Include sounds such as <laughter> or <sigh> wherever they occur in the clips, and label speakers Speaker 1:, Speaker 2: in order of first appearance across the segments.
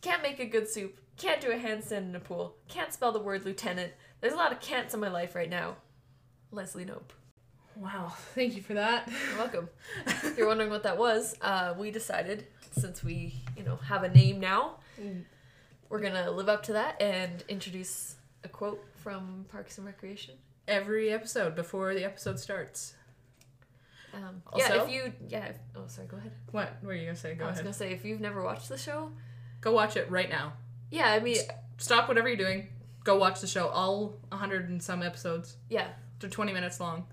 Speaker 1: Can't make a good soup. Can't do a handstand in a pool. Can't spell the word lieutenant. There's a lot of can'ts in my life right now. Leslie Nope.
Speaker 2: Wow. Thank you for that.
Speaker 1: You're welcome. if you're wondering what that was, uh, we decided since we, you know, have a name now,
Speaker 2: Mm.
Speaker 1: we're gonna live up to that and introduce a quote from Parks and Recreation.
Speaker 2: Every episode before the episode starts.
Speaker 1: Um, yeah,
Speaker 2: Also-
Speaker 1: if you, yeah. If, oh, sorry. Go ahead.
Speaker 2: What were you gonna say? Go
Speaker 1: I was
Speaker 2: ahead.
Speaker 1: gonna say if you've never watched the show,
Speaker 2: Go watch it right now.
Speaker 1: yeah. I mean,
Speaker 2: Stop whatever you're doing. Go watch the show. All 100 and some episodes.
Speaker 1: yeah,
Speaker 2: They're 20 minutes long.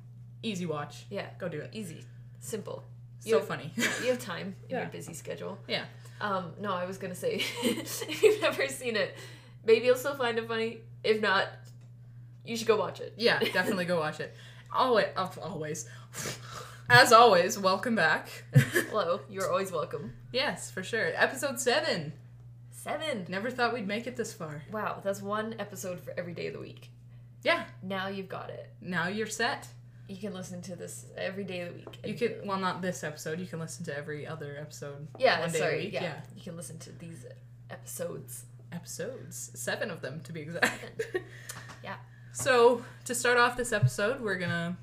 Speaker 2: Easy watch.
Speaker 1: yeah.
Speaker 2: Go do it.
Speaker 1: Easy, simple.
Speaker 2: So
Speaker 1: Yeah.
Speaker 2: funny. <laughs>
Speaker 1: You have time in
Speaker 2: Yeah.
Speaker 1: your busy schedule.
Speaker 2: yeah.
Speaker 1: Um, no, I was gonna say <laughs> if you've never seen it, maybe you'll still find it funny. If not, you should go watch it.
Speaker 2: Yeah, definitely go watch it. Always, always. As always, welcome back. <laughs>
Speaker 1: Hello, you're always welcome.
Speaker 2: yes, for sure. Episode 7.
Speaker 1: Seven.
Speaker 2: Never thought we'd make it this far.
Speaker 1: Wow, that's one episode for every day of the week.
Speaker 2: Yeah,
Speaker 1: Now you've got it.
Speaker 2: now you're set.
Speaker 1: You can listen to this every day of the week.
Speaker 2: You can, well, not this episode. You can listen to every other episode.
Speaker 1: yeah,
Speaker 2: one day a
Speaker 1: sorry,
Speaker 2: week,
Speaker 1: yeah.
Speaker 2: yeah.
Speaker 1: You can listen to these episodes.
Speaker 2: Episodes. Seven of them, to be exact. <laughs>
Speaker 1: Yeah.
Speaker 2: So, to start off this episode, we're going to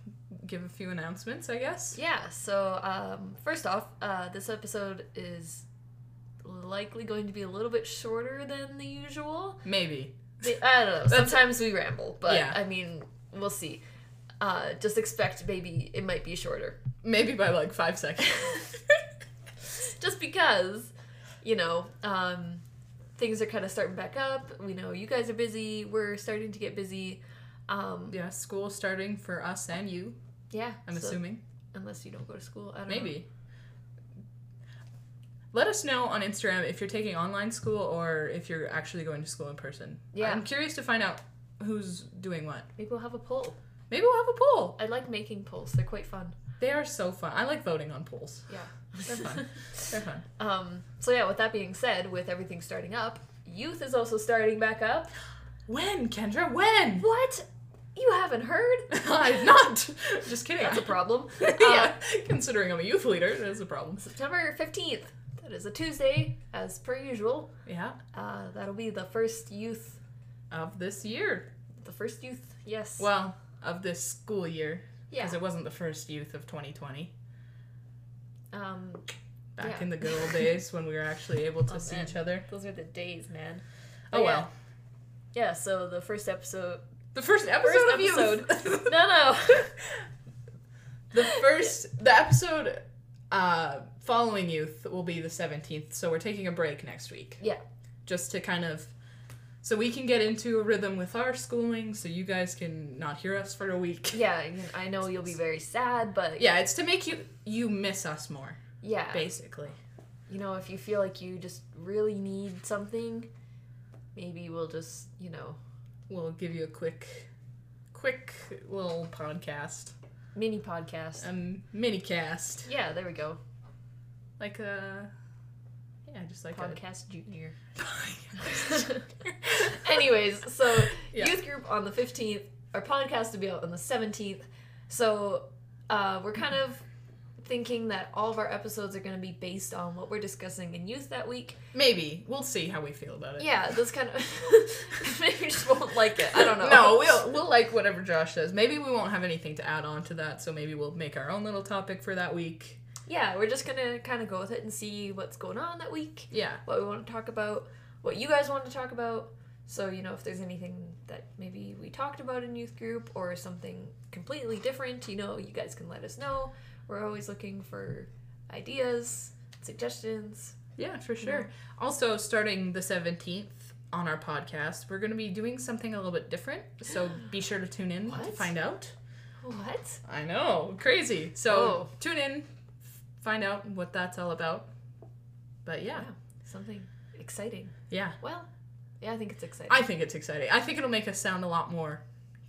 Speaker 2: give a few announcements, I guess.
Speaker 1: Yeah, so um, first off, uh, this episode is likely going to be a little bit shorter than the usual.
Speaker 2: Maybe.
Speaker 1: The- I don't know.
Speaker 2: That's-
Speaker 1: Sometimes we ramble, but
Speaker 2: Yeah.
Speaker 1: I mean, we'll see. Uh, just expect maybe it might be shorter.
Speaker 2: Maybe by
Speaker 1: <laughs>
Speaker 2: like five seconds.
Speaker 1: just because, you know, um, things are kind of starting back up. We know you guys are busy. We're starting to get busy. Um,
Speaker 2: yeah, school starting for us and you,
Speaker 1: yeah.
Speaker 2: I'm
Speaker 1: so-
Speaker 2: assuming.
Speaker 1: Unless you don't go to school. I don't know.
Speaker 2: Maybe. Let us know on Instagram if you're taking online school or if you're actually going to school in person.
Speaker 1: Yeah.
Speaker 2: I'm curious to find out who's doing what.
Speaker 1: Maybe we'll have a poll.
Speaker 2: Maybe we'll have a poll.
Speaker 1: I like making polls. They're quite fun.
Speaker 2: They are so fun. I like voting on polls.
Speaker 1: Yeah.
Speaker 2: <laughs>
Speaker 1: <laughs>
Speaker 2: They're fun. They're fun.
Speaker 1: um, so yeah, with that being said, with everything starting up, youth is also starting back up.
Speaker 2: When, Kendra? When?
Speaker 1: What? You haven't heard?
Speaker 2: <laughs> I've not. Just kidding.
Speaker 1: That's a problem. Uh,
Speaker 2: <laughs> yeah. Considering I'm a youth leader, that's a problem.
Speaker 1: September 15th. That is a Tuesday, as per usual.
Speaker 2: Yeah.
Speaker 1: Uh, that'll be the first youth.
Speaker 2: Of this year.
Speaker 1: The first youth, yes.
Speaker 2: Well, of this school year.
Speaker 1: yeah.
Speaker 2: Because it wasn't the first youth of 2020.
Speaker 1: Um,
Speaker 2: Back
Speaker 1: Yeah.
Speaker 2: in the good old days when we were actually able to
Speaker 1: Oh,
Speaker 2: see
Speaker 1: man.
Speaker 2: each other.
Speaker 1: those are the days, man. But
Speaker 2: Oh
Speaker 1: yeah.
Speaker 2: well.
Speaker 1: Yeah, so the first episode. <laughs>
Speaker 2: The first episode
Speaker 1: First
Speaker 2: of you. <laughs>
Speaker 1: No, no. <laughs>
Speaker 2: the first the episode uh following youth will be the 17th, so we're taking a break next week.
Speaker 1: Yeah.
Speaker 2: Just to kind of so we can get into a rhythm with our schooling so you guys can not hear us for a week.
Speaker 1: yeah, I mean, I know you'll be very sad, but
Speaker 2: Yeah, it's to make you you miss us more,
Speaker 1: yeah.
Speaker 2: basically.
Speaker 1: you know, if you feel like you just really need something, maybe we'll just, you know,
Speaker 2: We'll give you a quick quick little podcast.
Speaker 1: mini podcast.
Speaker 2: Um mini cast.
Speaker 1: yeah, there we go.
Speaker 2: Like a yeah, just like
Speaker 1: Podcast Junior.
Speaker 2: a
Speaker 1: <laughs> Anyways, so
Speaker 2: Yeah.
Speaker 1: youth group on the 15th, our podcast will be out on the 17th. So uh, we're kind of thinking that all of our episodes are going to be based on what we're discussing in youth that week.
Speaker 2: <laughs> Maybe. We'll see how we feel about it.
Speaker 1: Yeah, this kind of. <laughs> maybe we just won't like it. I don't know.
Speaker 2: No, <laughs> we'll we'll like whatever Josh says. Maybe we won't have anything to add on to that, so maybe we'll make our own little topic for that week.
Speaker 1: Yeah, we're just going to kind of go with it and see what's going on that week.
Speaker 2: Yeah.
Speaker 1: what we want to talk about, what you guys want to talk about. So, you know, if there's anything that maybe we talked about in youth group or something completely different, you know, you guys can let us know. We're always looking for ideas, suggestions.
Speaker 2: Yeah, for sure. Also, starting the 17th on our podcast, we're going to be doing something a little bit different, so be sure to tune in to
Speaker 1: What?
Speaker 2: find out.
Speaker 1: What?
Speaker 2: I know, crazy. So,
Speaker 1: Oh.
Speaker 2: tune in, find out what that's all about. But yeah.
Speaker 1: Yeah. Something exciting.
Speaker 2: Yeah.
Speaker 1: Well, yeah, I think it's exciting.
Speaker 2: I think it's exciting. I think it'll make us sound a lot more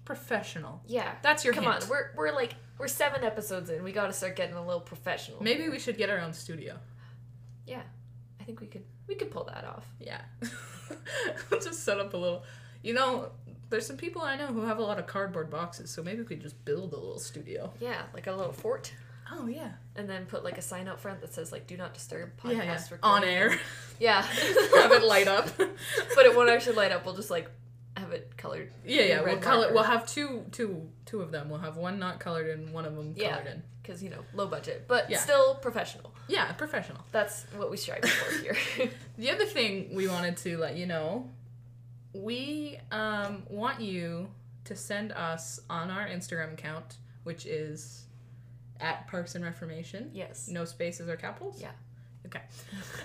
Speaker 2: professional.
Speaker 1: yeah.
Speaker 2: That's your
Speaker 1: Come
Speaker 2: hint.
Speaker 1: on, we're, we're like, we're seven episodes in. We got to start getting a little professional.
Speaker 2: Maybe we should get our own studio.
Speaker 1: Yeah. I think we could we could pull that off.
Speaker 2: <laughs> Yeah. just set up a little. You know, there's some people I know who have a lot of cardboard boxes, so maybe we could just build a little studio.
Speaker 1: Yeah, like a little fort.
Speaker 2: Oh yeah.
Speaker 1: and then put like a sign out front that says like "Do not disturb" podcast
Speaker 2: Yeah, yeah.
Speaker 1: recording.
Speaker 2: On air.
Speaker 1: Yeah,
Speaker 2: <laughs> Have it light up. <laughs>
Speaker 1: but it won't actually light up. We'll just like have it colored.
Speaker 2: Yeah, yeah. We'll
Speaker 1: Red
Speaker 2: color.
Speaker 1: marker.
Speaker 2: We'll have two, two, two of them. We'll have one not colored and one of them
Speaker 1: Yeah.
Speaker 2: colored in.
Speaker 1: because you know low budget but
Speaker 2: Yeah.
Speaker 1: still professional
Speaker 2: Yeah, professional.
Speaker 1: that's what we strive
Speaker 2: <laughs>
Speaker 1: for here <laughs>
Speaker 2: The other thing we wanted to let you know, we um, want you to send us on our Instagram account, which is at Parks and Reformation.
Speaker 1: yes
Speaker 2: No spaces or capitals.
Speaker 1: Yeah.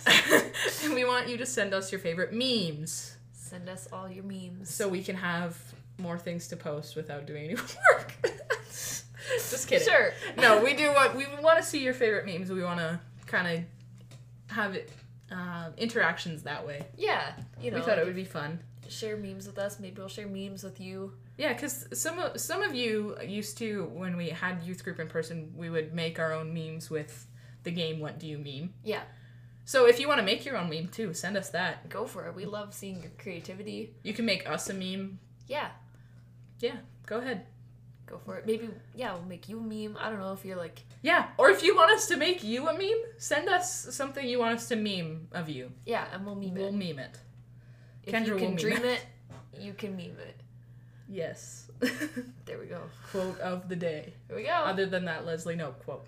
Speaker 2: Okay. and <laughs> we want you to send us your favorite memes,
Speaker 1: send us all your memes
Speaker 2: so we can have more things to post without doing any <laughs> work. Just kidding.
Speaker 1: sure
Speaker 2: no, we do want we want to see your favorite memes. We want to kind of have it, um, interactions that way.
Speaker 1: yeah you know
Speaker 2: we thought it would be fun.
Speaker 1: share memes with us maybe we'll share memes with you
Speaker 2: Yeah, because some of some of you used to when we had youth group in person, we would make our own memes with the game. What do you meme?
Speaker 1: yeah
Speaker 2: So if you want to make your own meme too, send us that.
Speaker 1: go for it we love seeing your creativity
Speaker 2: You can make us a meme.
Speaker 1: yeah
Speaker 2: Yeah, go ahead.
Speaker 1: go for it maybe yeah we'll make you a meme i don't know if you're like
Speaker 2: Yeah, or if you want us to make you a meme, send us something you want us to meme of you.
Speaker 1: yeah and we'll meme
Speaker 2: We'll
Speaker 1: it
Speaker 2: meme it.
Speaker 1: if
Speaker 2: Kendra
Speaker 1: you
Speaker 2: will
Speaker 1: can
Speaker 2: meme
Speaker 1: dream it you can meme it <laughs>
Speaker 2: Yes.
Speaker 1: there we go
Speaker 2: Quote of the day.
Speaker 1: here we go
Speaker 2: Other than that Leslie Nope quote.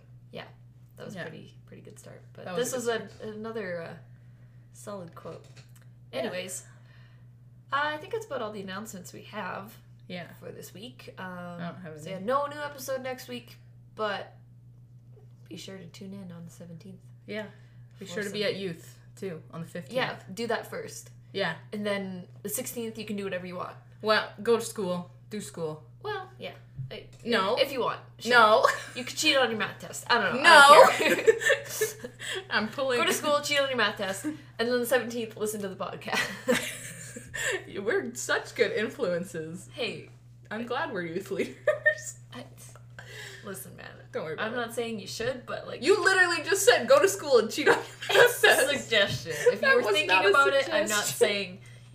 Speaker 1: that was
Speaker 2: yeah.
Speaker 1: pretty pretty good start but
Speaker 2: That was
Speaker 1: this
Speaker 2: a
Speaker 1: is a, another uh, solid quote
Speaker 2: Yeah.
Speaker 1: anyways uh, i think that's about all the announcements we have
Speaker 2: Yeah. Oh.
Speaker 1: for this week
Speaker 2: I
Speaker 1: um,
Speaker 2: don't have
Speaker 1: so
Speaker 2: any.
Speaker 1: yeah no new episode next week but be sure to tune in on the 17th
Speaker 2: Yeah. Be
Speaker 1: for
Speaker 2: sure to be
Speaker 1: some-
Speaker 2: at youth too on the 15th.
Speaker 1: yeah do that first
Speaker 2: Yeah.
Speaker 1: and then the 16th you can do whatever you want
Speaker 2: Well, go to school. Do school.
Speaker 1: well yeah I-
Speaker 2: No.
Speaker 1: if you want sure. <laughs>
Speaker 2: <laughs> No.
Speaker 1: you could cheat on your math test i don't know
Speaker 2: No.
Speaker 1: I
Speaker 2: <laughs>
Speaker 1: don't care.
Speaker 2: I'm pulling.
Speaker 1: go to school cheat on your math test and then the 17th listen to the podcast
Speaker 2: <laughs>
Speaker 1: <laughs>
Speaker 2: we're such good influences.
Speaker 1: hey
Speaker 2: I'm glad we're youth leaders. <laughs>
Speaker 1: I, <laughs> listen, man.
Speaker 2: Don't worry about
Speaker 1: I'm
Speaker 2: it.
Speaker 1: not saying you should, but <laughs> like
Speaker 2: You literally just said go to school and cheat on your <laughs>
Speaker 1: it's a
Speaker 2: process.
Speaker 1: suggestion. If
Speaker 2: That
Speaker 1: you were
Speaker 2: was
Speaker 1: thinking
Speaker 2: not a
Speaker 1: about it, I'm not
Speaker 2: suggestion.
Speaker 1: saying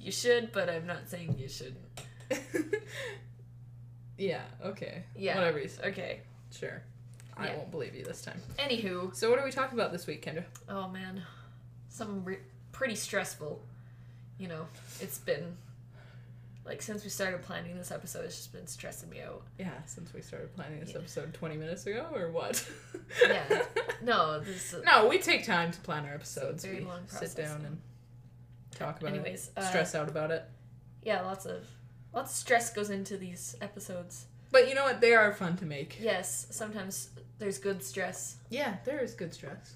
Speaker 1: you should, but I'm not saying you shouldn't.
Speaker 2: <laughs> yeah. Okay.
Speaker 1: Yeah.
Speaker 2: Whatever you say.
Speaker 1: Okay.
Speaker 2: Sure. I
Speaker 1: Yeah.
Speaker 2: won't believe you this time.
Speaker 1: Anywho,
Speaker 2: So what are we talking about this week, Kendra?
Speaker 1: oh man, something re- pretty stressful. You know, it's been like since we started planning this episode, it's just been stressing me
Speaker 2: <laughs>
Speaker 1: out.
Speaker 2: Yeah, since we started planning this
Speaker 1: Yeah.
Speaker 2: episode 20 minutes ago, or what?
Speaker 1: Yeah. No, this. Is,
Speaker 2: <laughs> no, we take time to plan our episodes.
Speaker 1: very
Speaker 2: we
Speaker 1: long process,
Speaker 2: sit down
Speaker 1: yeah.
Speaker 2: and talk about
Speaker 1: anyways,
Speaker 2: it,
Speaker 1: uh,
Speaker 2: stress out about it.
Speaker 1: Yeah, lots of lots of stress goes into these episodes.
Speaker 2: But you know what? They are fun to make.
Speaker 1: Yes, sometimes there's good stress,
Speaker 2: Yeah, there is good stress.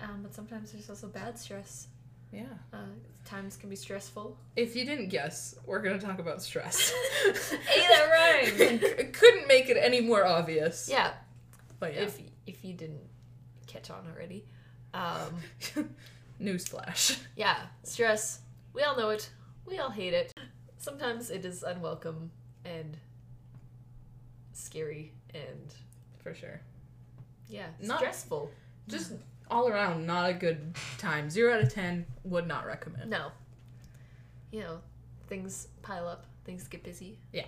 Speaker 1: um, but sometimes there's also bad stress.
Speaker 2: Yeah.
Speaker 1: Uh, times can be stressful.
Speaker 2: If you didn't guess, we're going to talk about <laughs> stress.
Speaker 1: Hey, that rhymed.
Speaker 2: C- <laughs> Couldn't make it any more obvious.
Speaker 1: <laughs> Yeah,
Speaker 2: But yeah.
Speaker 1: if if you didn't catch on already, um,
Speaker 2: <laughs> Newsflash.
Speaker 1: yeah, stress. We all know it. We all hate it. Sometimes it is unwelcome and scary and
Speaker 2: For sure.
Speaker 1: yeah,
Speaker 2: Not-
Speaker 1: stressful.
Speaker 2: Just all around, not a good time. Zero out of 10, would not recommend.
Speaker 1: No, you know, things pile up. Things get busy.
Speaker 2: Yeah.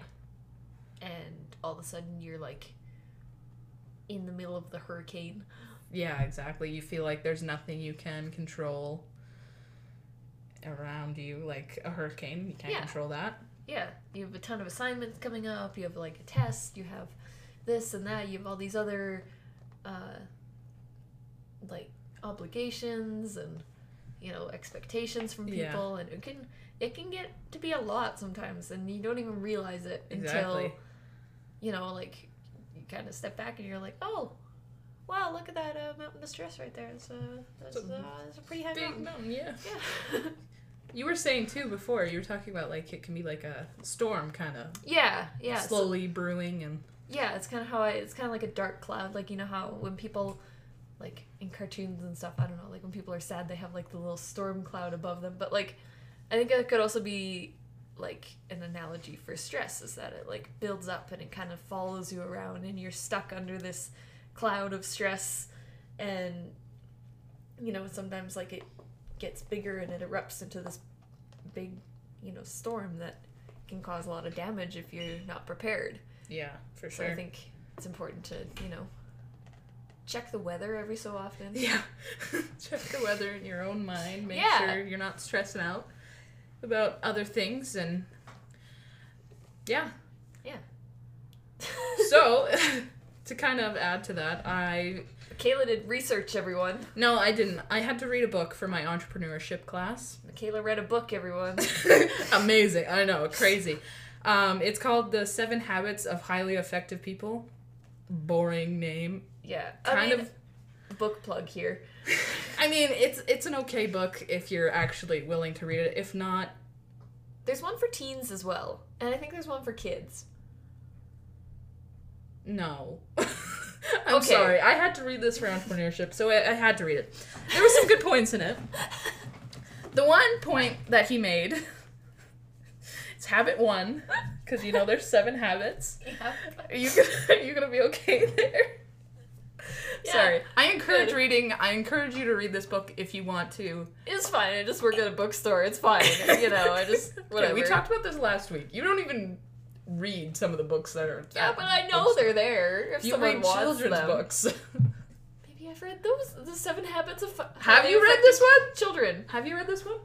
Speaker 1: and all of a sudden you're like in the middle of the hurricane.
Speaker 2: Yeah, exactly. You feel like there's nothing you can control around you, like a hurricane. You can't
Speaker 1: Yeah.
Speaker 2: control that.
Speaker 1: yeah, you have a ton of assignments coming up. You have like a test. You have this and that. You have all these other, uh, like obligations and you know expectations from
Speaker 2: Yeah.
Speaker 1: people, and it can it can get to be a lot sometimes, and you don't even realize it
Speaker 2: Exactly.
Speaker 1: until you know like you kind of step back and you're like, oh, wow, look at that uh, mountain of stress right there. It's a that's,
Speaker 2: It's a
Speaker 1: uh, that's a pretty high
Speaker 2: Big
Speaker 1: mountain.
Speaker 2: mountain, yeah.
Speaker 1: Yeah.
Speaker 2: You were saying too before, you were talking about like it can be like a storm kind of
Speaker 1: yeah, <laughs> yeah. so-
Speaker 2: slowly brewing and
Speaker 1: yeah it's kind of how i it's kind of like a dark cloud like you know how when people like in cartoons and stuff i don't know like when people are sad they have like the little storm cloud above them but like i think it could also be like an analogy for stress is that it like builds up and it kind of follows you around and you're stuck under this cloud of stress and you know sometimes like it gets bigger and it erupts into this big you know storm that can cause a lot of damage if you're not prepared
Speaker 2: yeah, for
Speaker 1: so I think it's important to, you know, check the weather every so often.
Speaker 2: Yeah. <laughs> Check the weather in your own mind. Make
Speaker 1: Yeah.
Speaker 2: sure you're not stressing out about other things and yeah. So <laughs> to kind of add to that, I
Speaker 1: <laughs> Michaela did research, everyone.
Speaker 2: no, I didn't. I had to read a book for my entrepreneurship class. <laughs>
Speaker 1: Michaela read a book, everyone.
Speaker 2: Amazing. I know, crazy. Um, it's called The Seven Habits of Highly Effective People. Boring name.
Speaker 1: Yeah. I
Speaker 2: Kind
Speaker 1: mean,
Speaker 2: of
Speaker 1: book plug here.
Speaker 2: I mean, it's it's an okay book if you're actually willing to read it. If not,
Speaker 1: There's one for teens as well, and I think there's one for
Speaker 2: <laughs>
Speaker 1: kids.
Speaker 2: No. <laughs> I'm
Speaker 1: Okay.
Speaker 2: sorry. I had to read this for entrepreneurship, so I, I had to read it. There were some good points in it. The one point that he made <laughs> is habit one, because you know there's seven habits.
Speaker 1: Yeah.
Speaker 2: Are you gonna, are you gonna be okay <laughs> there?
Speaker 1: Yeah.
Speaker 2: Sorry. I encourage
Speaker 1: Good.
Speaker 2: reading. I encourage you to read this book if you want to.
Speaker 1: <laughs> It's fine. I just work at a bookstore. It's fine. You know, I
Speaker 2: <laughs>
Speaker 1: just
Speaker 2: Okay,
Speaker 1: whatever.
Speaker 2: we talked about this last week. You don't even read some of the books that are.
Speaker 1: Yeah,
Speaker 2: at
Speaker 1: but I know
Speaker 2: bookstores.
Speaker 1: they're there. If
Speaker 2: You
Speaker 1: someone
Speaker 2: read
Speaker 1: wants
Speaker 2: children's
Speaker 1: them.
Speaker 2: <laughs> books.
Speaker 1: Maybe I've read those. The Seven Habits of.
Speaker 2: Have you read this one?
Speaker 1: Children.
Speaker 2: Have you read this one?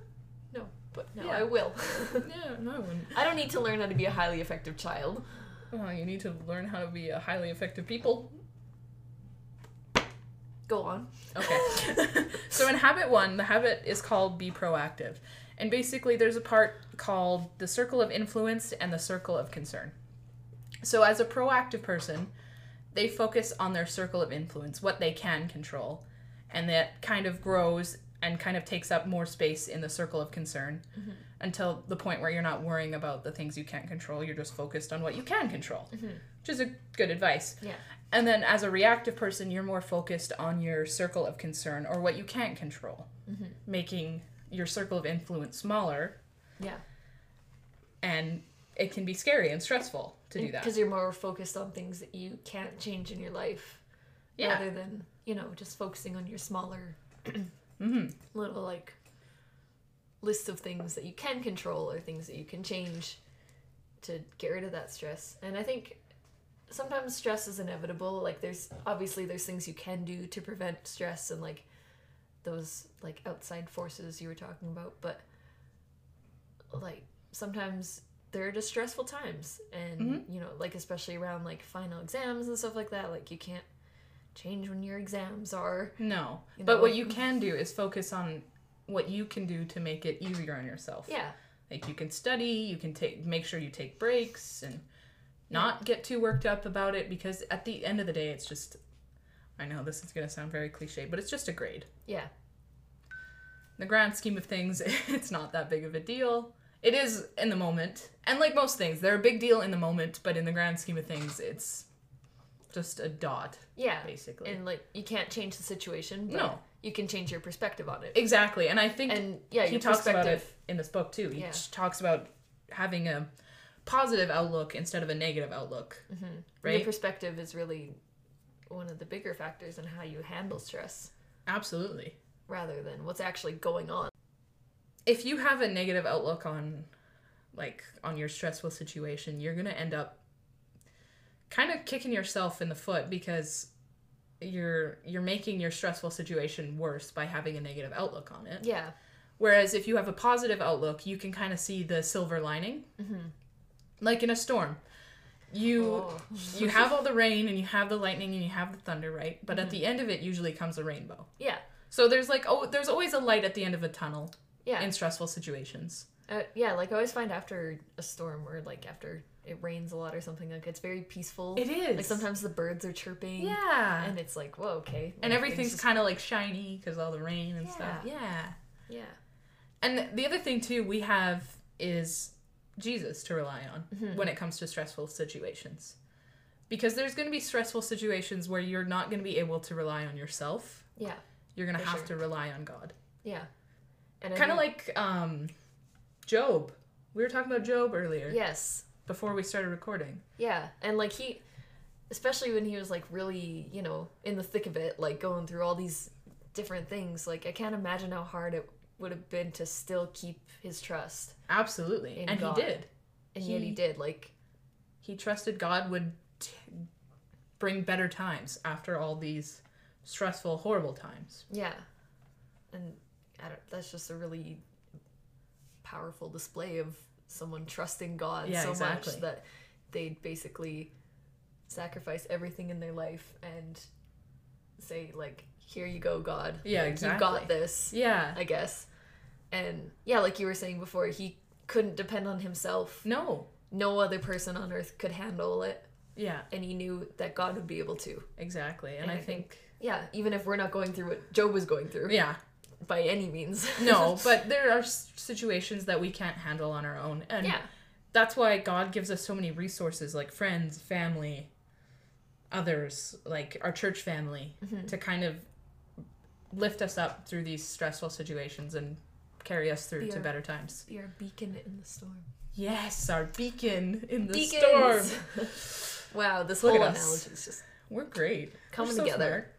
Speaker 1: No, but no,
Speaker 2: Yeah.
Speaker 1: I
Speaker 2: <laughs>
Speaker 1: will.
Speaker 2: Yeah, no, I wouldn't.
Speaker 1: I don't need to learn how to be a highly effective child.
Speaker 2: Well, you need to learn how to be a highly effective people.
Speaker 1: Go
Speaker 2: <laughs>
Speaker 1: on.
Speaker 2: Okay. so in habit one, the habit is called be proactive. And basically, there's a part called the circle of influence and the circle of concern. So, as a proactive person, they focus on their circle of influence, what they can control, and that kind of grows and kind of takes up more space in the circle of concern until the point where you're not worrying about the things you can't control. You're just focused on what you can control, which is a good advice.
Speaker 1: Yeah.
Speaker 2: And then, as a reactive person, you're more focused on your circle of concern or what you can't control,
Speaker 1: Mm-hmm.
Speaker 2: making your circle of influence smaller,
Speaker 1: Yeah.
Speaker 2: and it can be scary and stressful to do that.
Speaker 1: Because you're more focused on things that you can't change in your life,
Speaker 2: Yeah.
Speaker 1: rather than you know just focusing on your smaller little like list of things that you can control or things that you can change to get rid of that stress. And I think sometimes stress is inevitable. Like there's obviously there's things you can do to prevent stress and like those like outside forces you were talking about, but like sometimes there are just stressful times and you know like especially around like final exams and stuff like that like you can't change when your exams are
Speaker 2: No.
Speaker 1: You know?
Speaker 2: but
Speaker 1: mm-hmm.
Speaker 2: what you can do is focus on what you can do to make it easier on yourself.
Speaker 1: yeah
Speaker 2: Like you can study, you can take make sure you take breaks and not get too worked up about it because at the end of the day it's just I know this is going to sound very cliche, but it's just a grade.
Speaker 1: yeah
Speaker 2: In the grand scheme of things, <laughs> it's not that big of a deal. It is in the moment. And like most things, they're a big deal in the moment, but in the grand scheme of things, it's just a dot
Speaker 1: yeah
Speaker 2: basically.
Speaker 1: and like you can't change the situation but
Speaker 2: No.
Speaker 1: you can change your perspective on it
Speaker 2: Exactly. And I think
Speaker 1: and yeah
Speaker 2: he
Speaker 1: your
Speaker 2: talks about it
Speaker 1: perspective
Speaker 2: in this book too. He
Speaker 1: Yeah.
Speaker 2: t- talks about having a positive outlook instead of a negative outlook,
Speaker 1: your
Speaker 2: right?
Speaker 1: perspective is really one of the bigger factors in how you handle stress
Speaker 2: Absolutely.
Speaker 1: rather than what's actually going on
Speaker 2: If you have a negative outlook on, like, on your stressful situation, you're gonna end up kind of kicking yourself in the foot because you're you're making your stressful situation worse by having a negative outlook on it.
Speaker 1: yeah
Speaker 2: Whereas if you have a positive outlook, you can kind of see the silver lining. Like in a storm, you
Speaker 1: Mm-hmm. Oh.
Speaker 2: you have all the rain and you have the lightning and you have the thunder, right? But
Speaker 1: Mm-hmm.
Speaker 2: at the end of it, usually comes a rainbow.
Speaker 1: yeah
Speaker 2: So there's like oh, there's always a light at the end of a tunnel
Speaker 1: yeah
Speaker 2: in stressful situations.
Speaker 1: Uh, yeah, like I always find after a storm or like after it rains a lot or something, like it's very peaceful.
Speaker 2: It is
Speaker 1: Like sometimes the birds are chirping.
Speaker 2: yeah, and,
Speaker 1: And it's like, whoa, okay. Like,
Speaker 2: everything's
Speaker 1: things
Speaker 2: kind of like shiny because all the rain and stuff.
Speaker 1: Yeah.
Speaker 2: Yeah,
Speaker 1: just- yeah.
Speaker 2: and the other thing too we have is Jesus to rely on
Speaker 1: Mm-hmm.
Speaker 2: when it comes to stressful situations. Because there's going to be stressful situations where you're not going to be able to rely on yourself.
Speaker 1: Yeah.
Speaker 2: You're going to
Speaker 1: For
Speaker 2: have
Speaker 1: sure.
Speaker 2: to rely on God.
Speaker 1: Yeah. And I
Speaker 2: Kind of
Speaker 1: think-
Speaker 2: like um, Job. We were talking about Job earlier
Speaker 1: Yes.
Speaker 2: before we started recording.
Speaker 1: Yeah. And like he especially when he was like really, you know, in the thick of it, like going through all these different things, like I can't imagine how hard it would have been to still keep his trust.
Speaker 2: Absolutely.
Speaker 1: In
Speaker 2: and
Speaker 1: God.
Speaker 2: he did.
Speaker 1: And yet he
Speaker 2: He-
Speaker 1: did. Like
Speaker 2: He trusted God would t- bring better times after all these stressful, horrible times.
Speaker 1: Yeah. And I don't, that's just a really powerful display of someone trusting God
Speaker 2: Yeah,
Speaker 1: so
Speaker 2: exactly.
Speaker 1: much that they basically sacrifice everything in their life and say like, "Here you go, God.
Speaker 2: Yeah,
Speaker 1: Like,
Speaker 2: exactly.
Speaker 1: You got this."
Speaker 2: Yeah.
Speaker 1: I guess. And yeah, like you were saying before, he couldn't depend on himself.
Speaker 2: No.
Speaker 1: No other person on earth could handle it,
Speaker 2: Yeah,
Speaker 1: and he knew that God would be able to.
Speaker 2: exactly. And,
Speaker 1: And
Speaker 2: I,
Speaker 1: I
Speaker 2: think,
Speaker 1: Yeah, even if we're not going through what Job was going through
Speaker 2: yeah,
Speaker 1: by any means. <laughs>
Speaker 2: no, but there are s- situations that we can't handle on our own. And
Speaker 1: yeah.
Speaker 2: that's why God gives us so many resources like friends, family, others, like our church family
Speaker 1: Mm-hmm.
Speaker 2: to kind of lift us up through these stressful situations and carry us through to
Speaker 1: Yeah.
Speaker 2: better times.
Speaker 1: You're a beacon in the storm.
Speaker 2: Yes, our beacon in the storm.
Speaker 1: Beacons! wow, this
Speaker 2: Look
Speaker 1: whole
Speaker 2: at
Speaker 1: analogy
Speaker 2: us.
Speaker 1: is just
Speaker 2: We're great.
Speaker 1: Coming
Speaker 2: We're so
Speaker 1: together.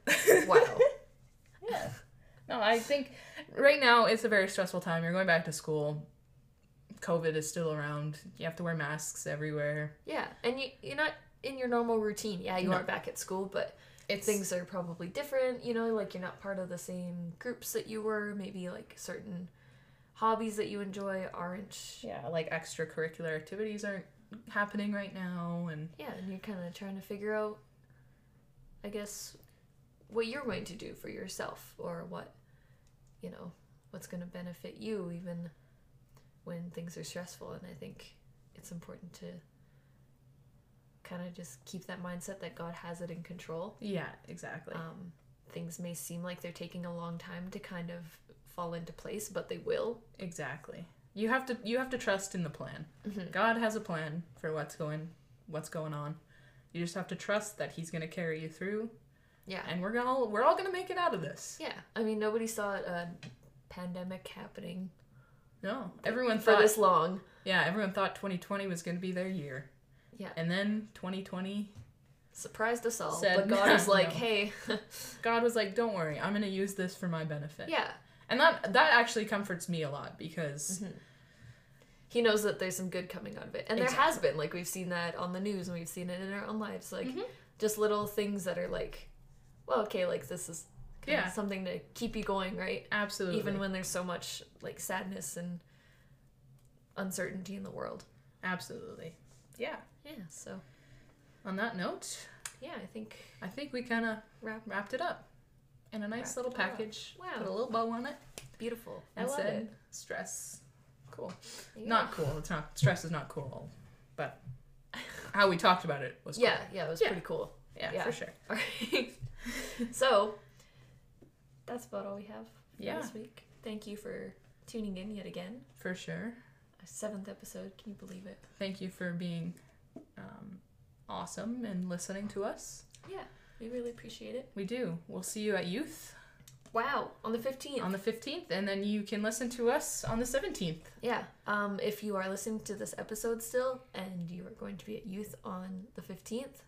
Speaker 1: <laughs>
Speaker 2: smart.
Speaker 1: wow.
Speaker 2: Yeah. <laughs> No, I think right now it's a very stressful time. You're going back to school. COVID is still around. You have to wear masks everywhere.
Speaker 1: yeah, and you, you're not in your normal routine. Yeah, you
Speaker 2: No.
Speaker 1: aren't back at school, but
Speaker 2: It's
Speaker 1: things are probably different. You know, like you're not part of the same groups that you were. Maybe like certain hobbies that you enjoy aren't.
Speaker 2: yeah, like extracurricular activities aren't happening right now and
Speaker 1: Yeah, and you're kind of trying to figure out, I guess, what you're going to do for yourself or what, you know, what's going to benefit you even when things are stressful. And I think it's important to kind of just keep that mindset that God has it in control.
Speaker 2: yeah, exactly.
Speaker 1: Um, things may seem like they're taking a long time to kind of fall into place, but they will.
Speaker 2: exactly. You have to you have to trust in the plan.
Speaker 1: Mhm.
Speaker 2: God has a plan for what's going what's going on. You just have to trust that he's going to carry you through
Speaker 1: Yeah.
Speaker 2: and we're going to we're all going to make it out of this.
Speaker 1: Yeah. I mean, nobody saw a pandemic happening
Speaker 2: No. Everyone
Speaker 1: for
Speaker 2: thought
Speaker 1: this long.
Speaker 2: Yeah, everyone thought 2020 was going to be their year.
Speaker 1: Yeah.
Speaker 2: And then 2020,
Speaker 1: surprised us all.
Speaker 2: Said
Speaker 1: but God
Speaker 2: no.
Speaker 1: is like, hey,
Speaker 2: God was like, "Don't worry, I'm going to use this for my benefit."
Speaker 1: yeah.
Speaker 2: And that that actually comforts me a lot
Speaker 1: Mm-hmm.
Speaker 2: because
Speaker 1: He knows that there's some good coming out of it. And there has been. Like, we've seen that on the news and we've seen it in our own lives. Like,
Speaker 2: Mhm.
Speaker 1: just little things that are like, well, okay, like, this is kind
Speaker 2: Yeah.
Speaker 1: of something to keep you going, right?
Speaker 2: absolutely.
Speaker 1: Even when there's so much, like, sadness and uncertainty in the world.
Speaker 2: absolutely. Yeah.
Speaker 1: Yeah. So,
Speaker 2: On that note,
Speaker 1: yeah, I think
Speaker 2: I think we kind of
Speaker 1: rap.
Speaker 2: wrapped it up in a nice
Speaker 1: Wrapped
Speaker 2: little
Speaker 1: it up.
Speaker 2: package.
Speaker 1: Wow.
Speaker 2: Put a little bow on it
Speaker 1: Beautiful. I
Speaker 2: and
Speaker 1: love
Speaker 2: said
Speaker 1: it.
Speaker 2: stress. Cool.
Speaker 1: Yeah.
Speaker 2: Not cool. It's not stress is not cool.
Speaker 1: <laughs>
Speaker 2: But how we talked about it was
Speaker 1: Yeah, yeah, it was
Speaker 2: Yeah.
Speaker 1: pretty cool. <laughs>
Speaker 2: cool. Yeah,
Speaker 1: Yeah.
Speaker 2: for sure.
Speaker 1: All right. <laughs> so, that's about all we have for
Speaker 2: Yeah.
Speaker 1: this week. Thank you for tuning in yet again.
Speaker 2: For sure.
Speaker 1: Our seventh episode. Can you believe it?
Speaker 2: thank you for being um, awesome and listening to us.
Speaker 1: Yeah, we really appreciate it.
Speaker 2: We do. We'll see you at youth
Speaker 1: Wow, on the 15th.
Speaker 2: on the 15th, and then you can listen to us on the 17th.
Speaker 1: yeah. Um, if you are listening to this episode still and you are going to be at youth on the 15th,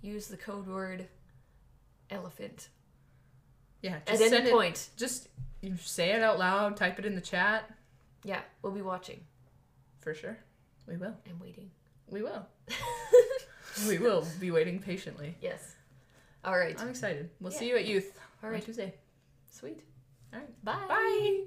Speaker 1: use the code word elephant
Speaker 2: Yeah,
Speaker 1: at
Speaker 2: just send
Speaker 1: any
Speaker 2: it.
Speaker 1: point.
Speaker 2: Just you say it out loud, type it in the chat
Speaker 1: Yeah, we'll be watching
Speaker 2: for sure. We will.
Speaker 1: and waiting. <laughs>
Speaker 2: We will. we will be waiting patiently.
Speaker 1: Yes. All right.
Speaker 2: I'm excited. We'll see
Speaker 1: Yeah.
Speaker 2: you at youth
Speaker 1: All
Speaker 2: on
Speaker 1: right.
Speaker 2: Tuesday.
Speaker 1: Sweet.
Speaker 2: All right.
Speaker 1: Bye.
Speaker 2: Bye.